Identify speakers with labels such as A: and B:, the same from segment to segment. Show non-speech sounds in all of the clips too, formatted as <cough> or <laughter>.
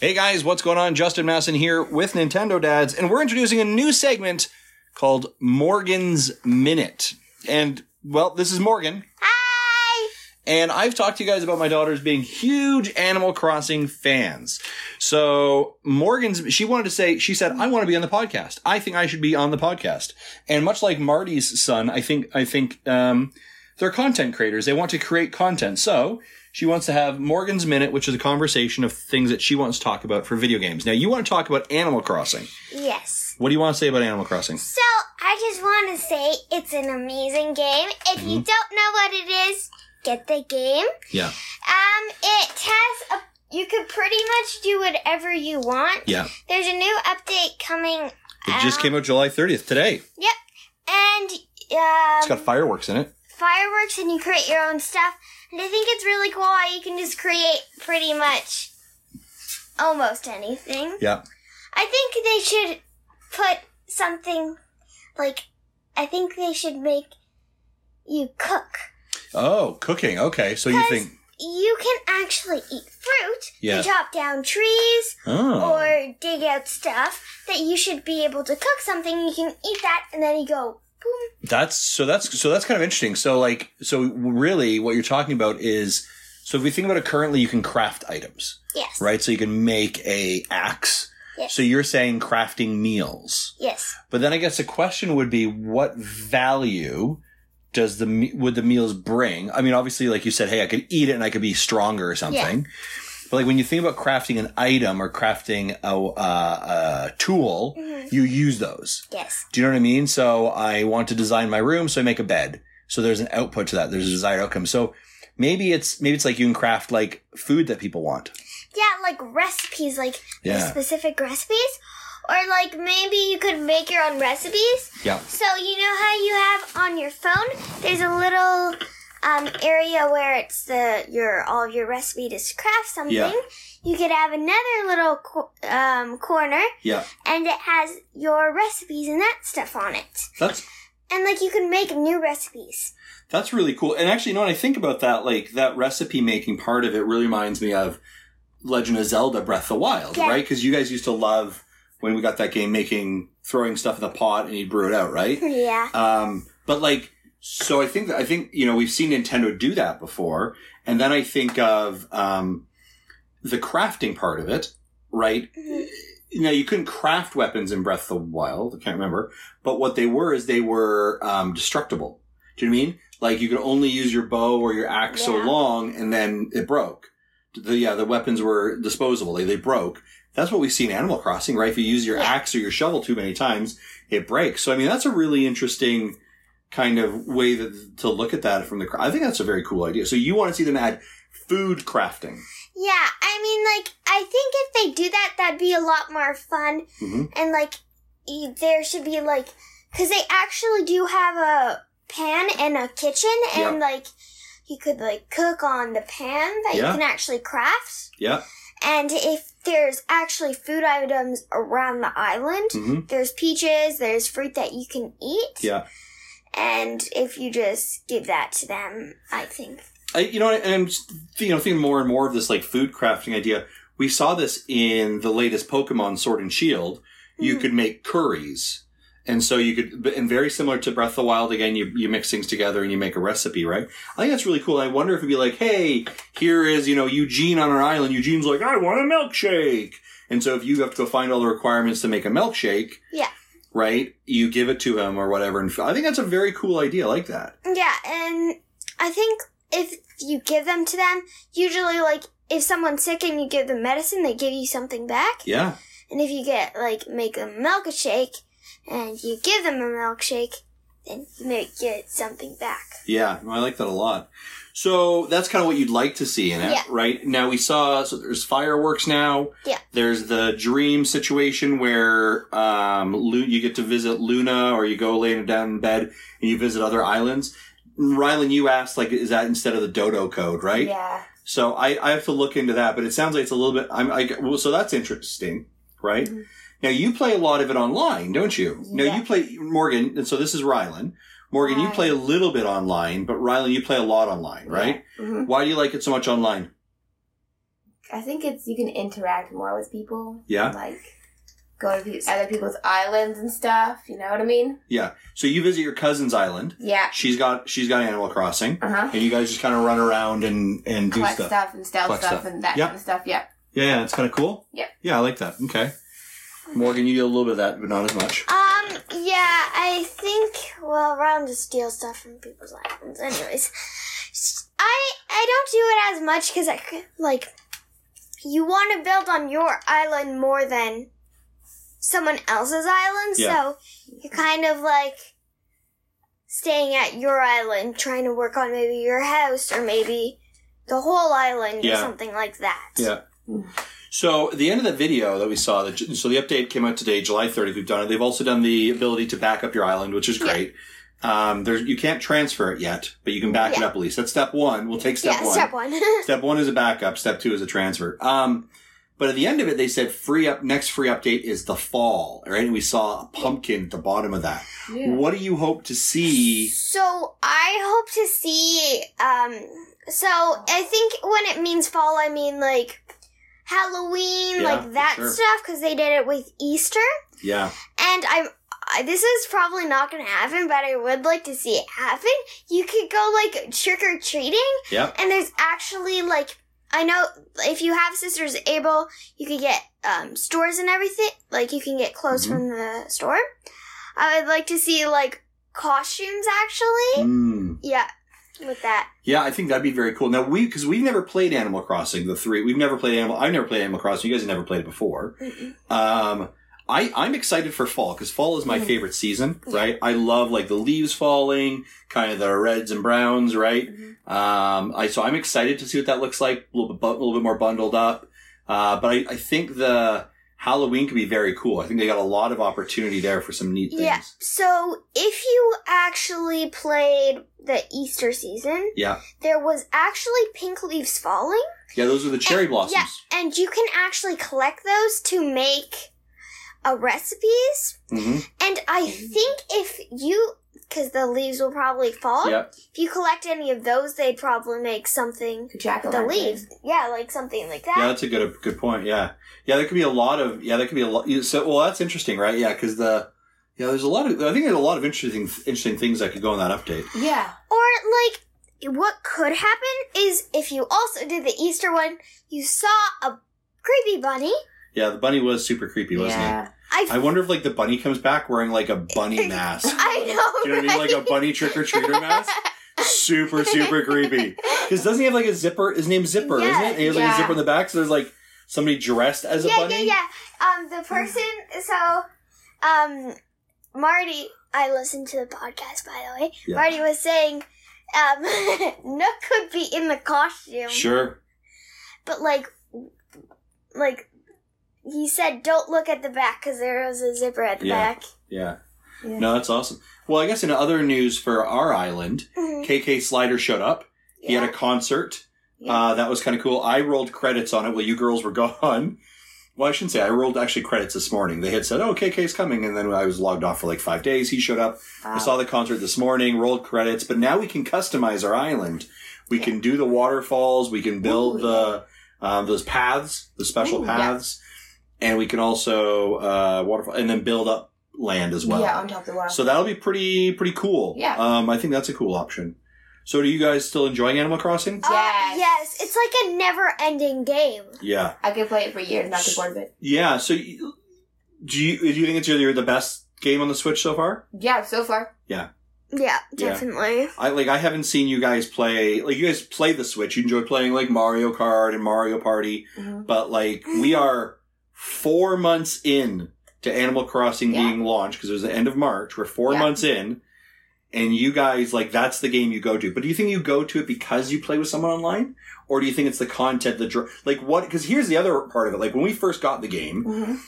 A: Hey guys, what's going on? Justin Masson here with Nintendo Dads, and we're introducing a new segment called Morgan's Minute. And, well, this is Morgan.
B: Hi!
A: And I've talked to you guys about my daughters being huge Animal Crossing fans. So Morgan's, she wanted to say, she said, I want to be on the podcast. I think I should be on the podcast. And much like Marty's son, I think, I think, um, they're content creators. They want to create content. So she wants to have Morgan's Minute, which is a conversation of things that she wants to talk about for video games. Now you want to talk about Animal Crossing.
B: Yes.
A: What do you want to say about Animal Crossing?
B: So, I just want to say it's an amazing game. If you
A: Mm-hmm.
B: don't know what it is, get the game.
A: Yeah.
B: Um, it has a. You could pretty much do whatever you want.
A: Yeah.
B: There's a new update coming.
A: It
B: Uh,
A: just came out July 30th today.
B: Yep. And um,
A: It's got fireworks in it.
B: fireworks, and you create your own stuff. And I think it's really cool how you can just create pretty much almost anything.
A: Yeah.
B: I think they should put something like I think they should make you cook.
A: Oh, cooking. Okay. So you
B: 'Cause
A: think,
B: You can actually eat fruit,
A: Yeah.
B: you chop down trees,
A: oh.
B: or dig out stuff that you should be able to cook something. You can eat that, and then you go boom.
A: That's so that's so that's kind of interesting. So like so really what you're talking about is so if we think about it currently you can craft items,
B: Yes.
A: right? So you can make a axe.
B: Yes.
A: So you're saying crafting meals.
B: Yes.
A: But then I guess the question would be what value does the me- would the meals bring? I mean obviously like you said hey I could eat it and I could be stronger or something. But like when you think about crafting an item or crafting a uh, a tool, you use those.
B: Yes.
A: Do you know what I mean? So I want to design my room, so I make a bed. So there's an output to that. There's a desired outcome. So maybe it's maybe it's like you can craft like food that people want.
B: Yeah, like recipes, like
A: Yeah.
B: specific recipes, or like maybe you could make your own recipes.
A: Yeah.
B: So you know how you have on your phone, there's a little um, area where it's the your all of your recipe to craft something.
A: Yeah.
B: You could have another little co- um, corner,
A: Yeah.
B: and it has your recipes and that stuff on it.
A: That's
B: And like you can make new recipes.
A: that's really cool. And actually, you know, when I think about that, like that recipe making part of it really reminds me of Legend of Zelda Breath of the Wild,
B: Yeah.
A: right? Because you guys used to love when we got that game making throwing stuff in the pot and you brew it out,
B: <laughs>
A: right?
B: Yeah.
A: Um, but like, so I think that I think you know we've seen Nintendo do that before, and then I think of um, the crafting part of it, right? Now you couldn't craft weapons in Breath of the Wild. I can't remember, but what they were is they were um, destructible. Do you know what I mean? Like you could only use your bow or your axe so
B: Yeah.
A: long, and then it broke. The yeah, the weapons were disposable. They they broke. That's what we see in Animal Crossing, right? If you use your
B: Yeah.
A: axe or your shovel too many times, it breaks. So I mean, that's a really interesting kind of way that, to look at that from the. cra- I think that's a very cool idea. So you want to see them add food crafting?
B: Yeah. I mean, like I think if they do that, that'd be a lot more fun.
A: hmm
B: and like y- there should be like because they actually do have a pan and a kitchen and like you could like cook on the pan that
A: Yeah.
B: you can actually craft
A: Yeah.
B: and if there's actually food items around the island
A: hmm
B: there's peaches there's fruit that you can eat
A: Yeah.
B: and if you just give that to them i think
A: I, you know, and I'm just, you know thinking more and more of this like food crafting idea. We saw this in the latest Pokemon Sword and Shield. You could make curries, and so you could, and very similar to Breath of the Wild. Again, you you mix things together and you make a recipe, right? I think that's really cool. I wonder if it'd be like, hey, here is you know Eugene on our island. Eugene's like, I want a milkshake, and so if you have to go find all the requirements to make a milkshake,
B: yeah
A: right? You give it to him or whatever. And I think that's a very cool idea. I like that.
B: Yeah, and I think if you give them to them, usually like if someone's sick and you give them medicine, they give you something back.
A: Yeah.
B: And if you get like make them milk a shake and you give them a milkshake, and you might get something back.
A: Yeah, no, I like that a lot. So that's kind of what you'd like to see in it,
B: Yeah.
A: right? Now we saw so there's fireworks now.
B: Yeah.
A: There's the dream situation where um, Lu- you get to visit Luna, or you go lay down in bed and you visit other islands. Rylan, you asked like, is that instead of the Dodo code, right?
B: Yeah.
A: So I, I have to look into that, but it sounds like it's a little bit. I'm I, well, so that's interesting, right? Now you play a lot of it online, don't you? Now
B: Yeah.
A: you play Morgan, and so this is Rylan. Morgan, you
B: Right.
A: play a little bit online, but Rylan, you play a lot online, right?
C: Mhm.
A: Why do you like it so much online?
C: I think it's you can interact more with people.
A: Yeah.
C: Like go to pe- other people's islands and stuff. You know what I mean?
A: Yeah. So you visit your cousin's island.
C: Yeah.
A: She's got she's got Animal Crossing,
C: Uh huh.
A: and you guys just kind of run around and and do
C: Collect
A: stuff.
C: stuff. and steal
A: Collect
C: stuff,
A: stuff.
C: and that
A: Yeah.
C: kind of stuff. Yeah.
A: Yeah, yeah, it's kind of cool.
C: Yeah.
A: Yeah, I like that. Okay. Morgan, you do a little bit of that, but not as much.
B: Um, yeah, I think, well, Ron just steals stuff from people's islands. Anyways, I, I don't do it as much because I, c- like, you want to build on your island more than someone else's island,
A: Yeah.
B: so you're kind of like staying at your island, trying to work on maybe your house or maybe the whole island or
A: Yeah.
B: something like that.
A: Yeah. So the end of the video that we saw, that so the update came out today, July 30th. We've done it. They've also done the ability to back up your island, which is great. Um, there's you can't transfer it yet, but you can back it
B: Yeah.
A: up at least. That's step one. We'll take step
B: yeah,
A: one.
B: step one. <laughs>
A: Step one is a backup. Step two is a transfer. Um, but at the end of it, they said free up. Next free update is the fall, right? And we saw a pumpkin at the bottom of that. What do you hope to see?
B: So I hope to see. Um, so I think when it means fall, I mean like Halloween,
A: Yeah,
B: like that
A: for sure.
B: stuff, because they did it with Easter.
A: Yeah,
B: And I'm. I, this is probably not going to happen, but I would like to see it happen. You could go like trick or treating,
A: yeah,
B: and there's actually like I know if you have sisters able, you could get um, stores and everything. Like you can get clothes
A: Mhm.
B: from the store. I would like to see like costumes actually.
A: Mm.
B: Yeah, with that.
A: yeah. I think that'd be very cool. Now we because we've never played Animal Crossing. The three we've never played Animal. I've never played Animal Crossing. You guys have never played it before. Um, I, I'm excited for fall because fall is my
B: Mm-hmm.
C: Mhm.
A: favorite season, right? I love like the leaves falling, kind of the reds and browns, right?
C: Mm-hmm.
A: Um, I so I'm excited to see what that looks like. A little bit, bu- a little bit more bundled up. Uh, but I, I think the Halloween could be very cool. I think they got a lot of opportunity there for some neat things.
B: Yeah. So if you actually played the Easter season,
A: Yeah.
B: there was actually pink leaves falling,
A: Yeah, those are the cherry blossoms.
B: and you can actually collect those to make uh, recipes.
A: hmm
B: And I think if you, because the leaves will probably fall.
A: Yeah.
B: If you collect any of those, they'd probably make something.
C: Jack
B: with The leaves, yeah, like something like that.
A: Yeah, that's a good good point. Yeah, yeah, there could be a lot of yeah, there could be a lot. you- So, well, that's interesting, right? Yeah, because the yeah, there's a lot of I think there's a lot of interesting interesting things that could go in that update.
C: Yeah.
B: Or like, what could happen is if you also did the Easter one, you saw a creepy bunny.
A: Yeah, the bunny was super creepy, wasn't
C: yeah.
B: I,
A: he? I wonder if like the bunny comes back wearing like a bunny mask.
B: <laughs> I know,
A: Do you know what I mean? Like a bunny trick or treater mask. Super super
B: <laughs>
A: creepy. Because doesn't he have like a zipper? His name's Zipper,
B: Yeah,
A: isn't it? He has like a
C: yeah.
A: zipper in the back. So there's like somebody dressed as a
B: yeah,
A: bunny.
B: yeah, yeah. Um, the person. So, um, Marty. I listened to the podcast, by the way.
A: Yeah.
B: Marty was saying, um, <laughs> Nook could be in the costume,
A: Sure.
B: but like, like he said, don't look at the back because there was a zipper at the
A: Yeah. <laughs>
B: back.
A: Yeah.
C: Yeah.
A: No, that's awesome. Well, I guess in other news for our island,
B: Mhm.
A: KK Slider showed up. He
B: <laughs>
A: had a concert. Uh, that was kind of cool. I rolled credits on it while you girls were <laughs> gone. Well, I shouldn't say I rolled actually credits this morning. They had said, "Oh, KK's coming," and then I was logged off for like five days. He showed up. I saw the concert this morning, rolled credits, but now we can customize our island. We can do the waterfalls. We can build
C: Ooh,
A: the um, those paths, the special
C: Ooh, yeah.
A: paths, and we can also uh, waterfall and then build up land as well.
C: Yeah, on top of the water.
A: So that'll be pretty pretty cool.
C: Yeah.
A: Um, I think that's a cool option. So, are you guys still enjoying Animal Crossing?
B: Uh,
C: Yes.
B: yes, it's like a never-ending game.
A: Yeah.
C: I could play it for years, not get bored of it.
A: Yeah. So, you- do you do you think it's your the best game on the Switch so far?
C: Yeah, so far.
B: Yeah,
A: Yeah.
B: definitely.
A: I like I haven't seen you guys play like you guys play the Switch. You enjoy playing like Mario Kart and Mario Party,
C: Mhm.
A: but like we are four months in to Animal Crossing
C: Yeah.
A: being launched because it was the end of March. We're four
C: Yeah.
A: months in, and you guys like that's the game you go to. But do you think you go to it because you play with someone online, or do you think it's the content that dr- like what? Because here's the other part of it. Like when we first got the game,
C: Mhm.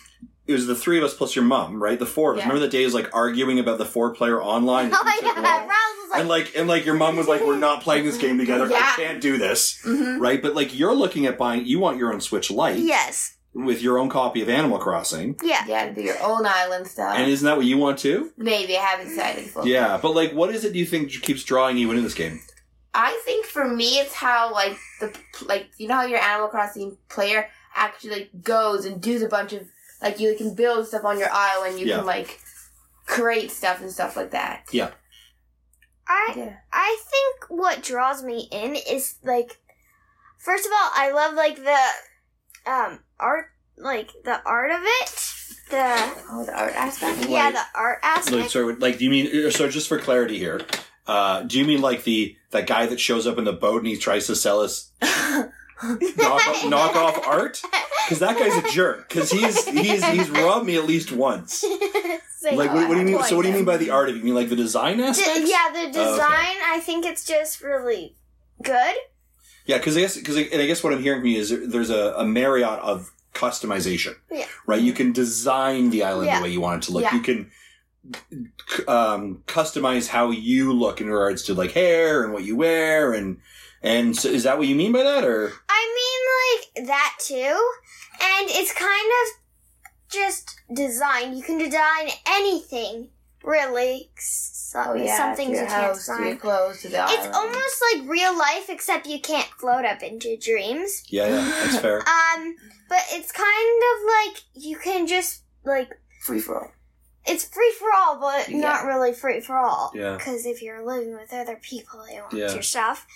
A: it was the three of us plus your mom, right? The four of us.
C: Yeah.
A: Remember the days like arguing about the four player
C: <laughs>
A: online?
B: Oh my god,
A: Well,
B: Rouse was like,
A: and like and like your mom was like, "We're not playing this game together.
C: Yeah.
A: I can't do this."
C: Mhm.
A: Right? But like you're looking at buying. You want your own Switch Lite
B: yes,
A: with your own copy of Animal Crossing.
B: yeah.
C: Yeah, to do your own island stuff.
A: And isn't that what you want too?
C: Maybe I haven't decided fully.
A: Yeah, but like, what is it? Do you think keeps drawing you into this game?
C: I think for me, it's how like the like you know how your Animal Crossing player actually like, goes and does a bunch of like you can build stuff on your island. You
A: Yeah.
C: can like create stuff and stuff like that.
A: Yeah.
B: I
C: Yeah.
B: I think what draws me in is like, first of all, I love like the um art, like the art of it. The
C: Oh, the art aspect.
B: yeah,
A: Like-
B: the art
A: Like,
B: <laughs> aspect.
A: sorry, like, do you mean? So, just for clarity here, uh, do you mean like the that guy that shows up in the boat and he tries to sell us knock off, knock off art? Because that guy's a jerk. Because he's he's he's robbed me at least once.
B: Say
A: Like, what, what do you mean? So, what do you mean by the art? of it? You mean like the design
B: D-
A: aspect?
B: yeah, the design.
A: Oh, okay.
B: I think it's just really good.
A: Yeah, because I guess because and I guess what I'm hearing from you is there- there's a, a Marriott of customization.
B: Yeah.
A: Right. You can design the island
B: Yeah.
A: the way you want it to look.
C: Yeah.
A: You can c- um, customize how you look in regards to like hair and what you wear and and so is that what you mean by that or
B: I mean, like that too, and it's kind of just design. You can design anything, really. So,
C: Oh yeah.
B: some things
C: to
B: you
C: your
B: can't
C: house, to your
B: design.
C: clothes, to the
B: It's
C: island.
B: almost like real life, except you can't float up into dreams.
A: yeah yeah
B: <gasps>
A: that's fair.
B: Um, but it's kind of like you can just like
C: free for all.
B: it's free for all, but
C: Yeah.
B: not really free for all.
A: Yeah.
B: Because if you're living with other people, they want
A: Yeah.
B: your stuff.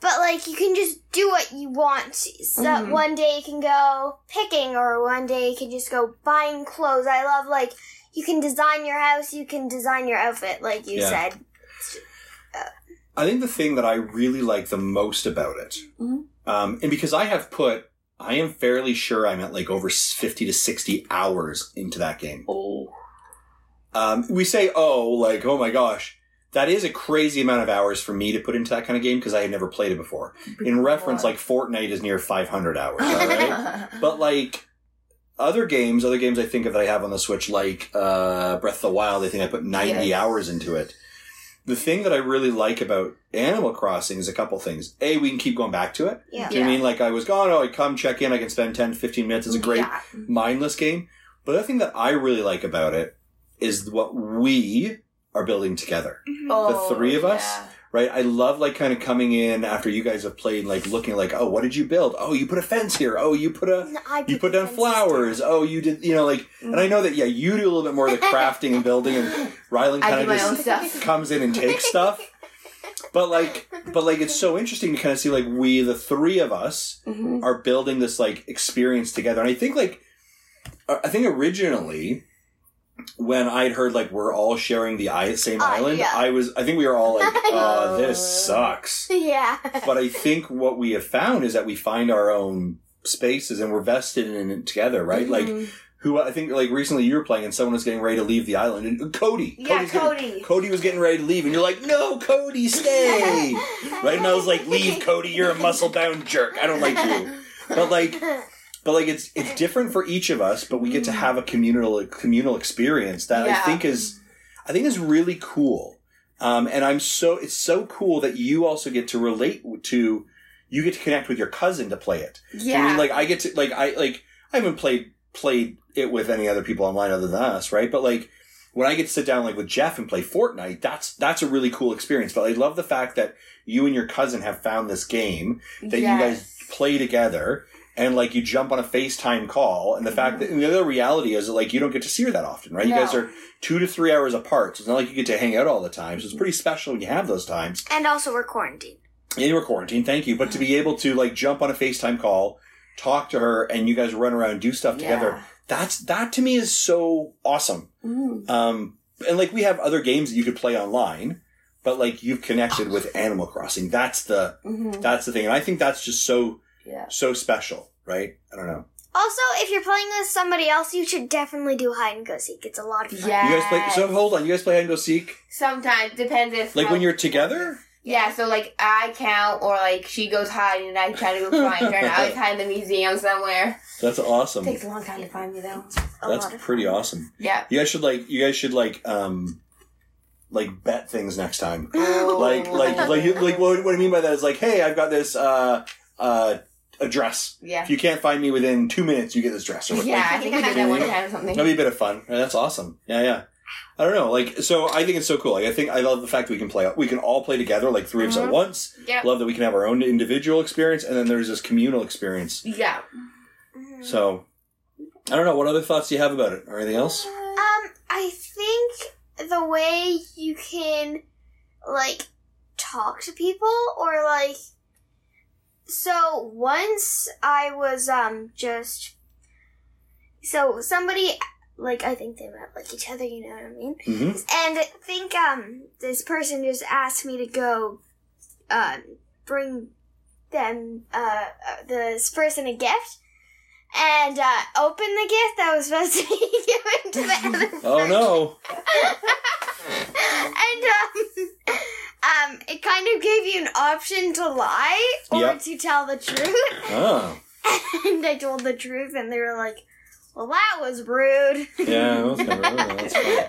B: But like, you can just do what you want. So
A: Mm-hmm.
C: Mhm.
B: one day you can go picking, or one day you can just go buying clothes. I love like you can design your house, you can design your outfit, like you
A: Yeah.
B: said.
A: I think the thing that I really like the most about it,
C: Mhm.
B: Mm-hmm.
A: um, and because I have put, I am fairly sure I'm at like over fifty to sixty hours into that game.
C: Oh.
A: Um, we say, oh, like, oh my gosh, that is a crazy amount of hours for me to put into that kind of game because I had never played it before. In reference, like Fortnite is near 500
C: <laughs>
A: hours, all right? but like other games, other games I think of that I have on the Switch, like uh, Breath of the Wild, I think I put 90
C: Yes.
A: hours into it. The thing that I really like about Animal Crossing is a couple things. A, we can keep going back to it.
B: Yeah.
A: Do you know what I mean like I was gone? Oh, I come check in. I can spend 10, 15 minutes. It's a great
C: Yeah.
A: mindless game. But the thing that I really like about it is what we are building together,
B: Mm-hmm.
C: Oh,
A: three of us?
C: yeah.
A: right? I love like kind of coming in after you guys have played, like looking like, oh, what did you build? Oh, you put a fence here. Oh, you put a
B: I
A: you put down
B: fences
A: flowers. Oh, you did you know like, and I know that yeah, you do a little bit more of
C: <laughs>
A: the crafting and building, and Rylan
C: I
A: kind
C: do
A: of
C: my own
A: just
C: stuff.
A: comes in and takes stuff. But like, but like, it's so interesting to kind of see like we, the three of us,
C: Mhm.
A: are building this like experience together. And I think like uh, I think originally when I'd heard like we're all sharing the i- same
B: Uh,
A: island,
B: yeah.
A: I was I think we were all
B: <laughs>
A: like, "Oh, this
C: Oh.
A: sucks."
B: Yeah.
A: But I think what we have found is that we find our own spaces and we're vested in it together, <laughs> right?
B: Mm-hmm.
A: Like
C: Mhm.
A: who I think like recently you were playing and someone was getting ready to leave the island and uh, Cody,
B: Yeah,
A: Cody's getting-
B: Cody.
A: Cody was getting ready to leave and you're like, "No, Cody,
B: <laughs>
A: stay." right? And I was like, "Leave, Cody. You're a muscle-bound jerk. I don't like
B: <laughs>
C: <laughs>
A: you." But like but like it's it's different for each of us, but we get to have a communal communal experience that I
C: Mm. Yeah.
A: think is I think is really cool. Um, and I'm so it's so cool that you also get to relate to you get to connect with your cousin to play it. Do you know
C: yeah.
A: what I mean, like I get to like I like I haven't played played it with any other people online other than us, right? But like when I get to sit down like with Jeff and play Fortnite, that's that's a really cool experience. But I love the fact that you and your cousin have found this game that you guys play together and like you jump on a FaceTime call. And the fact that and the other reality is that like you don't get to see her that often, right? You guys
C: No.
A: are two to three hours apart. So it's not like you get to hang out all the time. So it's pretty special when you have those times.
B: and also we're quarantined.
A: And you were quarantined, thank you. But
C: Mm-hmm.
A: to be able to like jump on a FaceTime call, talk to her, and you guys run around and do stuff together,
C: Yeah.
A: that's that to me is so awesome.
C: Mm.
A: Um and like we have other games that you could play online, but like you've connected with Animal Crossing. That's the
C: Mhm.
A: that's the thing. And I think that's just so
C: Yeah.
A: so special, right? I don't know.
B: Also, if you're playing with somebody else, you should definitely do hide and go seek. It's a lot of fun.
C: Yeah.
A: You guys play. So hold on. You guys play hide and go seek.
C: Sometimes depends if
A: Like
C: how-
A: when you're together.
C: Yeah, so like I count, or like she goes hiding and I try to go find her, and I
A: <laughs>
C: always hide in the museum somewhere.
A: That's awesome.
C: Takes a long time to find me though.
B: A
A: That's
B: lot of
A: pretty awesome.
C: Yeah.
A: You guys should like. You guys should like. Um, like bet things next time. <laughs> Like like
C: <laughs>
A: like you- like what, what I mean by that is like, hey, I've got this uh uh a dress.
C: yeah.
A: If you can't find me within two minutes, you get this dress. Or what-
C: Yeah, I
A: like,
C: think I did that one time or something.
A: That'd be a bit of fun. Yeah, That's awesome. Yeah, yeah. I don't know. Like, so I think it's so cool. Like, I think I love the fact we can play. We can all play together, like 3 of us at
C: Mhm.
A: once.
C: Yep.
A: Love that we can have our own individual experience, and then there's this communal experience.
C: Yeah.
B: Mhm.
A: So, I don't know. What other thoughts do you have about it, or anything else?
B: Um, I think the way you can like talk to people or like so once I was um just so somebody like I think they met like each other, you know what I mean?
A: hmm
B: And I think um this person just asked me to go um bring them uh uh, this person a gift. And uh, open the gift that was supposed to be <laughs> given to the
A: <laughs>
B: other
A: Oh
B: person
A: no!
B: and um, um, it kind of gave you an option to lie or
A: Yep.
B: to tell the truth. <laughs>
A: Oh,
B: and I told the truth, and they were like, "Well, that was rude." <laughs>
A: yeah. That was never, oh, that's fun.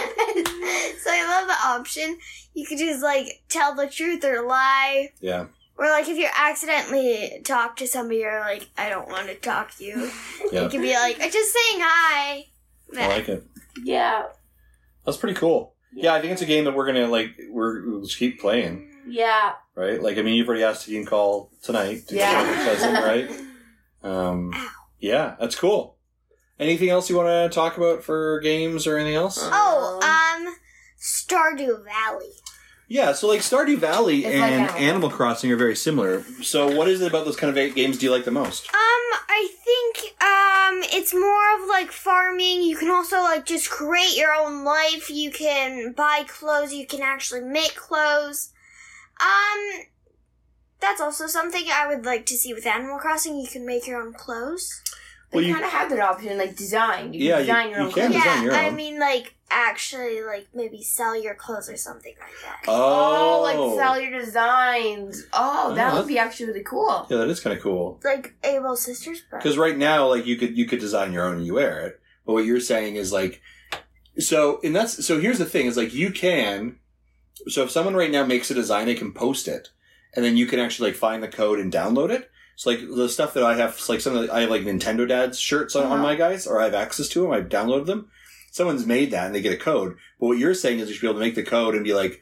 B: so I love the option. You could just like tell the truth or lie.
A: Yeah,
B: Or like if you accidentally talk to somebody, you're like, I don't want to talk
A: <laughs>
B: to you.
A: yeah.
B: You could be like, I'm just saying hi.
A: I like it.
D: Yeah.
A: That's pretty cool. Yeah, I think it's a game that we're gonna like. We're we'll just keep playing,
D: Yeah.
A: right? Like, I mean, you've already asked you can call tonight. To
C: Yeah.
A: your cousin, right? Um, yeah, that's cool. Anything else you want to talk about for games or anything else?
B: Oh, um, Stardew Valley.
A: Yeah, so like Stardew Valley
C: It's like
A: and
C: Animal-
A: Animal Crossing are very similar. So, what is it about those kind of a- games do you like the most?
B: Um, I think um it's more of like farming. You can also like just create your own life. You can buy clothes, you can actually make clothes. Um that's also something I would like to see with Animal Crossing. You can make your own clothes.
C: They
A: Well, you-
C: kind of have that option, like design. You
A: Yeah,
C: can
A: you-
C: design your
A: you
C: own
A: can.
C: clothes.
A: design
B: yeah,
A: your
B: I
A: own.
B: mean like actually like maybe sell your clothes or something like that.
A: Uh,
C: Oh, like sell your designs. Oh, that
A: Oh.
C: would be actually really cool.
A: yeah, that is kind of cool.
B: Like Abel's sister's brother.
A: Because right now, like you could you could design your own and you wear it. But what you're saying is like, so and that's so. Here's the thing: is like you can. So if someone right now makes a design, they can post it, and then you can actually like find the code and download it. So like the stuff that I have, like some of the, I have like Nintendo Dad's shirts on, on
C: Uh-huh.
A: my guys, or I have access to them. I've downloaded them. Someone's made that and they get a code. But what you're saying is you should be able to make the code and be like,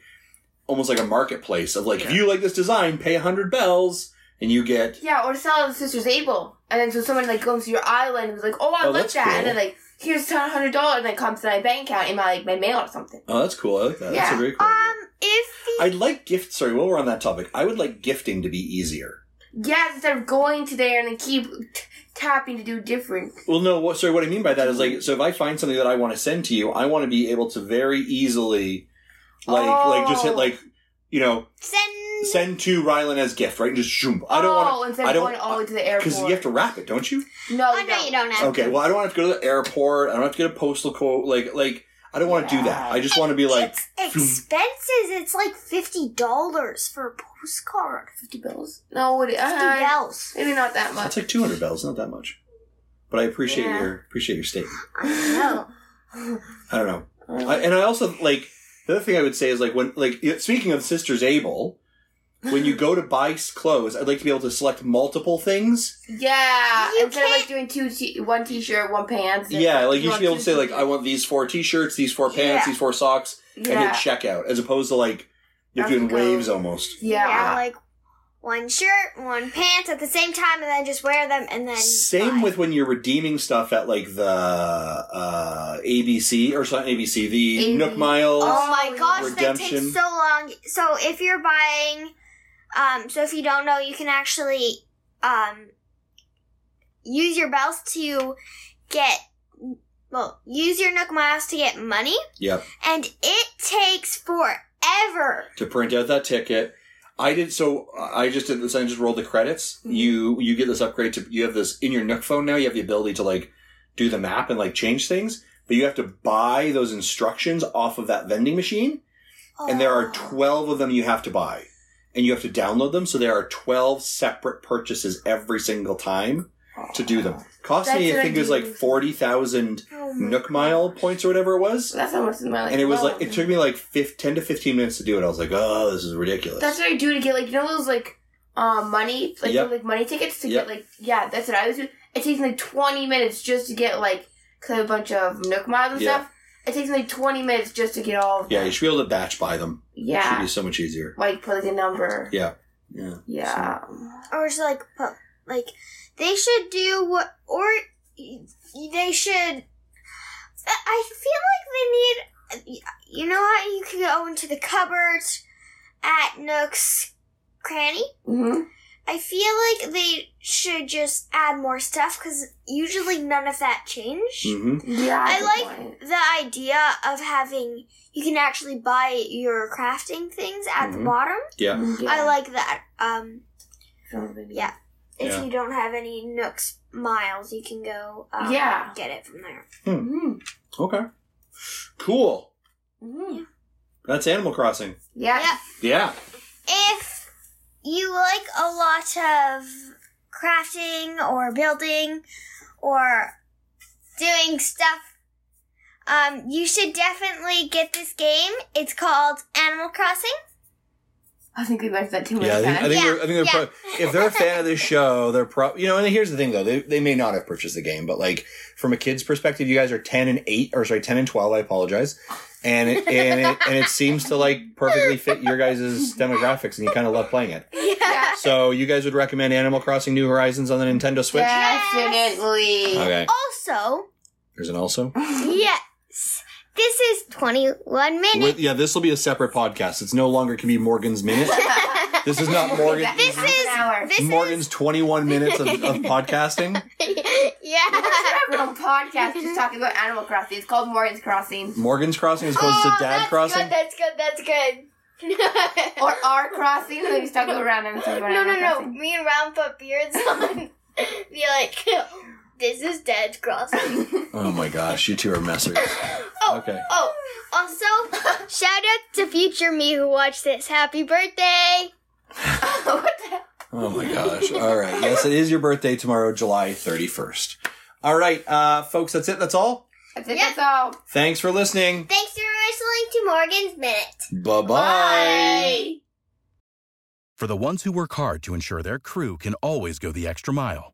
A: almost like a marketplace of like, if you like this design, pay hundred bells and you get
C: Yeah, or sell it to Sisters Abel. And then so someone like comes to your island and is like, oh, I
A: Oh,
C: like
A: that's
C: that.
A: cool.
C: And then like, here's $100 and then comes to my bank account in my, like, my mail or something.
A: Oh, that's cool. I like that. That's a
C: Yeah.
A: very cool. idea.
B: um if the
A: I'd like gift. Sorry, while we're on that topic, I would like gifting to be easier.
C: Yes, instead of going to there and then keep t- tapping to do different.
A: Well, no. What, sorry, what I mean by that is like, so if I find something that I want to send to you, I want to be able to very easily, like, like just hit
C: Oh.
A: like, you know,
B: send
A: send to Rylan as gift, right? And just zoom. I don't
C: oh,
A: want
C: instead
A: I
C: of
A: don't-
C: going all the way to the airport.
A: because you have to wrap it, don't you?
C: No,
B: Oh no, you don't have
A: Okay. Well, I don't want to have to go to the airport. I don't have to get a postal code. Like, like I don't want to do that. I just want to be like,
B: it's expensive. It's like fifty dollars for a postcard.
C: 50 bills? No, it,
B: Fifty
C: uh,
B: bells.
C: maybe not that much.
A: that's like two hundred bells, not that much. But I appreciate
C: Yeah.
A: your appreciate your statement.
B: No.
A: I don't know. I, and I also like the other thing I would say is like when like y- speaking of sisters Abel, when you go to buy s- clothes, I'd like to be able to select multiple things.
C: Yeah,
B: You
C: instead of like doing two, t- one t-shirt, one pants. and-
A: Yeah, like you should
C: want
A: be able
C: two
A: to say like
C: t-shirts.
A: I want these four t-shirts, these four pants,
B: Yeah.
A: these four socks, and hit
C: Yeah,
A: checkout as opposed to like you're
C: Have to
A: doing
C: go.
A: waves almost.
C: <gasps> yeah.
B: like one shirt, one pants at the same time, and then just wear them, and then
A: Same
B: buy.
A: with when you're redeeming stuff at like the uh, ABC or not ABC, the
C: AB.
A: Nook Miles.
B: Oh my gosh, that
A: Redemption.
B: takes so long. So if you're buying, um, so if you don't know, you can actually, um, use your bells to get. Well, use your Nook Miles to get money,
A: Yep,
B: and it takes forever.
A: to print out that ticket. I did so. I just did this. I just rolled the credits. You you get this upgrade to you have this in your Nook phone now. You have the ability to like do the map and like change things, but you have to buy those instructions off of that vending machine. And there are twelve of them you have to buy, and you have to download them. So there are twelve separate purchases every single time to do them. Cost me, I
C: That's
A: think, it was like
C: ridiculous.
A: forty thousand
B: Oh my
A: Nook mile points or whatever it was
C: That's how much is my like.
A: and it was
C: well,
A: like it took me like fif- 10 to 15 minutes to do it i was like oh this is ridiculous
C: That's what I do to get like you know those like um money like
A: Yep.
C: the, like money tickets to
A: Yep.
C: get like yeah that's what I was doing. It takes me like twenty minutes just to get like cause I have a bunch of Nook miles and
A: Yeah.
C: stuff. It takes me like twenty minutes just to get all of
A: yeah
C: them.
A: you should be able to batch buy them should
C: yeah
A: be so much easier
C: like put like a number
A: yeah yeah
C: yeah
B: or it's like po- like they should do what or they should i feel like they need you know how you can go into the cupboards at nooks cranny
C: hmm
B: i feel like they should just add more stuff because usually none of that changed
A: hmm
C: yeah
B: I
C: good
B: like-
C: point.
B: the idea of having you can actually buy your crafting things at
A: Mhm.
B: the bottom
A: yeah
C: Yeah.
B: i like that um
C: Mm-hmm. yeah
B: yeah. If
A: Yeah.
B: you don't have any Nooks miles, you can go um,
C: Yeah.
B: get it from there.
C: hmm
A: okay cool
C: hmm
A: that's animal crossing
C: yeah
B: Yeah.
A: yeah
B: If you like a lot of crafting or building or doing stuff, um, you should definitely get this game. It's called Animal Crossing.
C: I think we mentioned that too much
A: yeah i think, I
C: <laughs> times.
A: think
B: Yeah,
A: they're, I think they're
B: yeah.
A: pro- if they're a fan of this show they're probably you know and here's the thing though they, they may not have purchased the game but like from a kid's perspective you guys are 10 and 8 or sorry 10 and 12 i apologize and it, and it and it seems to like perfectly fit your guys' demographics and you kind of love playing it
C: <laughs> yeah.
A: So you guys would recommend Animal Crossing New Horizons on the Nintendo Switch?
C: Definitely.
A: Okay.
B: Also,
A: There's an also.
B: yes, this is 21
A: With,
B: minutes.
A: yeah, this will be a separate podcast. It's no longer can be Morgan's
B: <laughs>
A: minute. This is not Morgan.
B: This
C: Half
B: is-
C: an hour.
B: This
A: Morgan's 21 minutes of,
B: <laughs>
A: of podcasting.
B: is <laughs>
C: <laughs>
B: yeah.
C: <laughs> We're on a podcast just talking about Animal Crossing. It's called Morgan's Crossing.
A: Morgan's Crossing as opposed to Dad
B: Oh, that's
A: Crossing.
B: Good, that's good. <laughs> That's good.
C: Or our crossing, and then
B: <laughs>
C: we start go around and talk about
B: no,
C: Animal
B: no, no.
C: Crossing.
B: Me and Ron put beards <laughs> on. Be like, this is Dad's crossing.
A: Oh my gosh, you two are messers.
B: <laughs> Oh,
A: Okay.
B: oh. Also, shout out to future me who watched this. Happy birthday! <laughs>
C: what the hell?
A: Oh my gosh. All right. Yes, it is your birthday tomorrow, July 31st. All right, uh, folks, that's it. That's all.
C: I think
B: Yeah.
C: that's all.
A: Thanks for listening.
B: Thanks for listening to Morgan's Minute.
A: Bye-bye. bye bye
D: For the ones who work hard to ensure their crew can always go the extra mile,